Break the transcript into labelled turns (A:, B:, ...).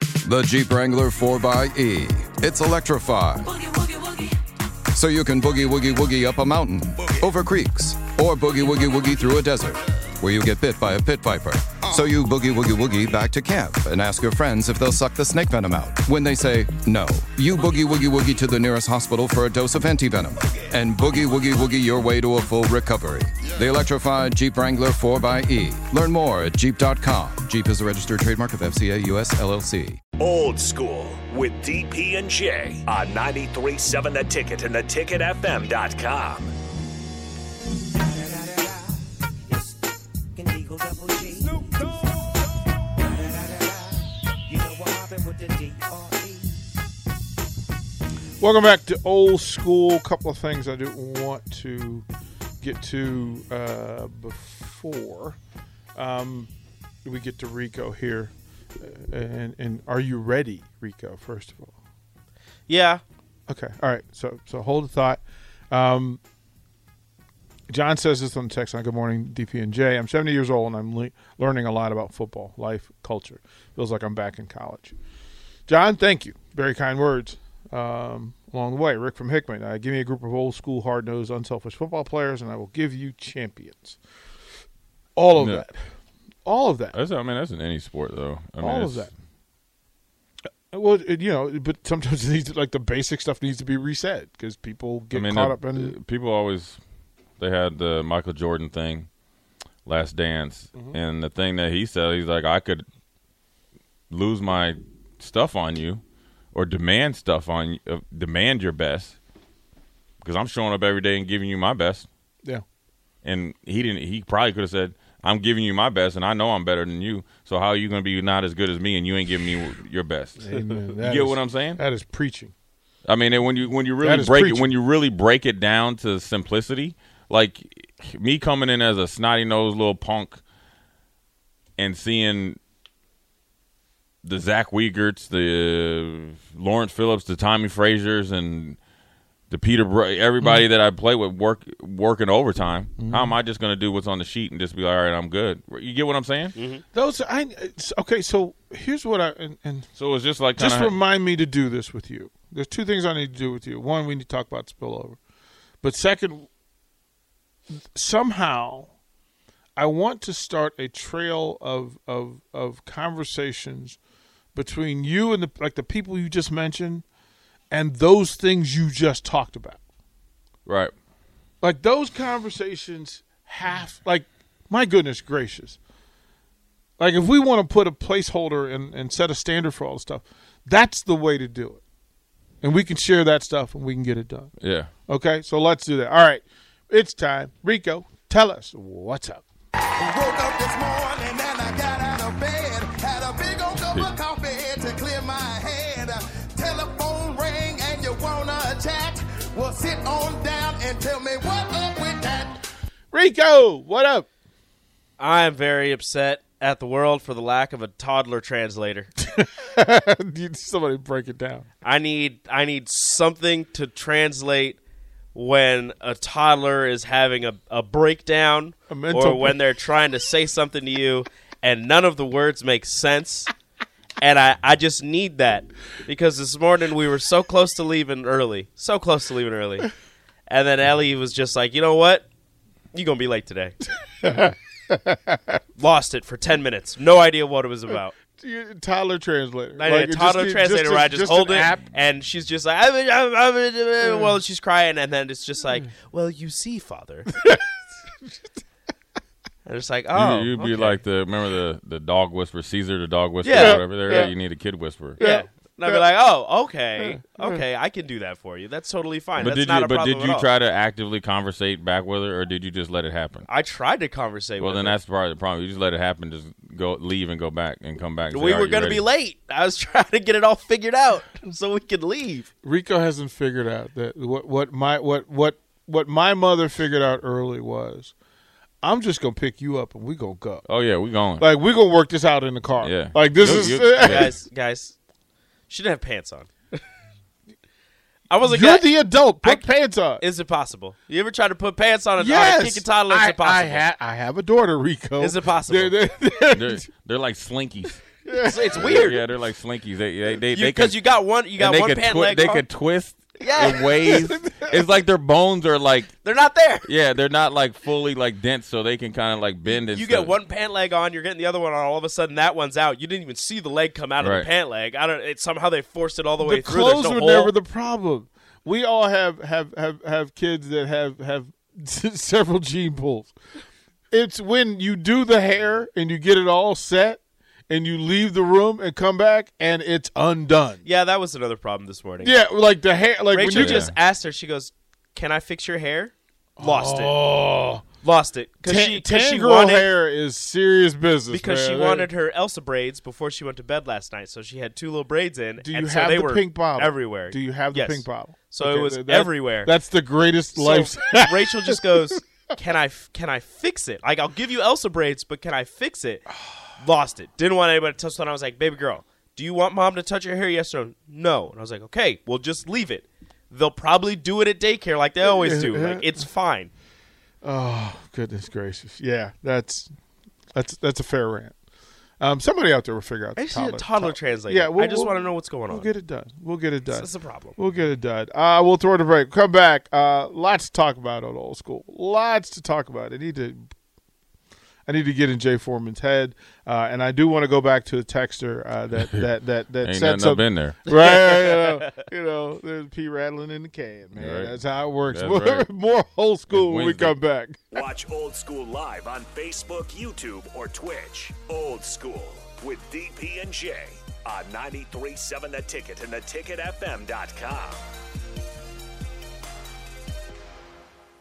A: The Jeep Wrangler 4xE. It's electrified. So you can boogie woogie woogie up a mountain, over creeks, or boogie woogie woogie through a desert where you get bit by a pit viper. So you boogie woogie woogie back to camp and ask your friends if they'll suck the snake venom out. When they say no, you boogie woogie woogie to the nearest hospital for a dose of antivenom and boogie woogie woogie your way to a full recovery. The electrified Jeep Wrangler 4xE. Learn more at jeep.com. Jeep is a registered trademark of FCA US LLC.
B: Old School with DP and J on 93.7 The Ticket and theticketfm.com.
C: Welcome back to old school. Couple of things I do want to get to uh, before um, we get to Rico here, Uh, and and are you ready, Rico? First of all,
D: Yeah.
C: okay, all right. So so hold a thought. Um, John says this on the text line. Good morning, DP and J. I'm 70 years old and I'm le- learning a lot about football, life, culture. Feels like I'm back in college. John, thank you. Very kind words um, along the way. Rick from Hickman. Uh, give me a group of old school, hard nosed, unselfish football players, and I will give you champions. All of
E: Yeah.
C: that. All of that.
E: That's I mean that's in any sport though. I mean,
C: All of
E: it's-
C: that. Uh, Well, it- you know, but sometimes it needs like the basic stuff needs to be reset because people get
E: I mean, uh,
C: caught
E: the-
C: up in
E: the people always they had the Michael Jordan thing, Last Dance,
C: Mm-hmm.
E: and the thing that he said, he's like, I could lose my stuff on you, or demand stuff on you, uh, demand your best, because I'm showing up every day and giving you my best.
C: yeah.
E: And he didn't. He probably could have said, "I'm giving you my best, and I know I'm better than you. So how are you going to be not as good as me, and you ain't giving me your best?"
C: Amen.
E: You
C: That
E: get
C: is-
E: what I'm saying?
C: That is preaching.
E: I mean, and when you when you
C: That
E: really
C: is
E: break
C: preaching.
E: it, when you really break it down to simplicity, like me coming in as a snotty nosed little punk and seeing the Zach Wiegerts, the Lawrence Phillips, the Tommy Frazier's, and the Peter Br- everybody
C: Mm-hmm.
E: that I play with work working overtime. How am I just going to do what's on the sheet and just be like, all right, I'm good? You get what I'm saying?
C: Mm-hmm. Those I it's- okay. So here's what I and, and
E: So it's just like
C: just
E: kinda-
C: remind me to do this with you. There's two things I need to do with you. One, we need to talk about spillover, but second, somehow, I want to start a trail of of of conversations between you and the like the people you just mentioned, and those things you just talked about.
E: right.
C: like those conversations have like my goodness gracious like if we want to put a placeholder and, and set a standard for all the stuff that's the way to do it and we can share that stuff and we can get it done
E: Yeah.
C: okay so let's do that all right it's time rico tell us what's up
F: Woke up this morning and I got out of bed. Had a big old cup of coffee to clear my head. Telephone rang and you wanna chat? Well, sit on down and tell me what up with that.
C: rico what up
D: I am very upset at the world for the lack of a toddler translator.
C: somebody break it down
D: I need I need something to translate when a toddler is having a, a breakdown
C: A mental
D: or when they're trying to say something to you and none of the words make sense. And I, I just need that because this morning we were so close to leaving early. So close to leaving early. And then Ellie was just like, you know what? You're going to be late today. Lost it for 10 minutes. No idea what it was about.
C: You- toddler translator
D: I
C: Like,
D: need
C: it
D: a
C: just
D: toddler
C: get-
D: translator where I just, hold
C: an
D: it,
C: app.
D: and she's just like, I'm, I'm,
E: Mm.
D: well, she's crying, and then it's just like, well, you see, father. and it's like, oh,
E: you, would
D: okay.
E: be like the remember the the dog whisperer, Caesar, the dog whisperer,
D: Yeah.
E: or whatever. There,
C: Yeah.
E: you need a kid whisperer.
D: yeah. And I'd be like, oh, okay, okay, I can do that for you. That's totally fine.
E: But
D: That's
E: did
D: not
E: you
D: a
E: but
D: problem
E: did
D: at
E: you
D: all.
E: try to actively conversate back with her, or did you just let it happen?
D: I tried to conversate.
E: well,
D: with
E: then
D: her.
E: that's probably the problem. You just let it happen. Just go leave and go back and come back. And
D: we
E: say, "Are
D: were
E: you
D: going to
E: ready?"
D: be late. I was trying to get it all figured out so we could leave.
C: Rico hasn't figured out that what what my what what what my mother figured out early was, I'm just gonna pick you up and we gonna go.
E: Oh yeah, we going.
C: Like we gonna work this out in the car.
E: Yeah.
C: Like this
E: You-
C: is
E: you- yeah.
D: guys, guys, she didn't have pants on. I wasn't.
C: you're
D: gonna-
C: the adult. Put
D: I-
C: pants on.
D: Is it possible? You ever try to put pants on a,
C: yes.
D: on a kicking toddler? Is
C: I,
D: it possible?
C: I, ha- I have a daughter, Rico.
D: Is it possible?
C: They're- they're-
E: They're, they're like slinkies.
D: It's, it's weird.
E: Yeah, they're like slinkies. They they they, they
D: Because
E: can-
D: you, got one, you got
E: and they
D: one
E: could
D: pant
E: twi-
D: leg.
E: They
D: on.
E: could twist.
D: Yeah.
E: in ways. it's like their bones are like
D: They're not there.
E: yeah, they're not like fully like dense, so they can kind of like bend. And
D: You
E: stuff.
D: get one pant leg on, you're getting the other one on. All of a sudden, that one's out. You didn't even see the leg come out of
E: Right.
D: the pant leg. I don't. It, somehow they forced it all the
C: The
D: way through. There's
C: clothes
D: no
C: were
D: hole.
C: never the problem. We all have have have have kids that have have several gene pools. It's when you do the hair and you get it all set and you leave the room and come back and it's undone.
D: yeah, that was another problem this morning.
C: Yeah, like the hair like
D: Rachel
C: when you
D: just asked her. She goes, "Can I fix your hair?" Lost it.
C: Oh,
D: Lost it because
C: tan,
D: she because
C: tan
D: she
C: girl
D: wanted
C: hair is serious business.
D: because she
C: man.
D: wanted her Elsa braids before she went to bed last night. So she had two little braids in.
C: Do you
D: and so
C: have
D: they
C: the
D: were
C: pink bottle
D: everywhere?
C: Do you have the
D: Yes.
C: pink bottle?
D: So
C: Okay,
D: it was
C: that- that-
D: everywhere.
C: That's the greatest life.
D: So Rachel just goes, "Can I can I fix it? Like I'll give you Elsa braids, but can I fix it?" Lost it. Didn't want anybody to touch it. I was like, "Baby girl, do you want mom to touch your hair? Yes or no?" And I was like, "Okay, well just leave it. They'll probably do it at daycare like they always do. Like it's fine."
C: Goodness gracious! Yeah, that's that's that's a fair rant. Um, somebody out there will figure out.
D: I
C: the
D: just need a
C: toddler-
D: toddler translator.
C: Yeah, we'll-
D: I just
C: we'll-
D: want to know what's going on.
C: We'll get it done. We'll get it done.
D: That's the problem.
C: We'll get it done. Uh, we'll throw it a break. Come back. Uh, lots to talk about on old school. Lots to talk about. I need to. I need to get in Jay Foreman's head, uh, and I do want to go back to the texter uh, that that that that
E: Ain't
C: said
E: nothing up
C: something.
E: in there.
C: Right, you know, you know, there's pee rattling in the can, man.
E: Right.
C: That's how it works.
E: That's right.
C: More old school when we
E: Wednesday.
C: come back.
B: Watch Old School live on Facebook, YouTube, or Twitch. Old School with DP and J on 937 The Ticket and theticketfm.com.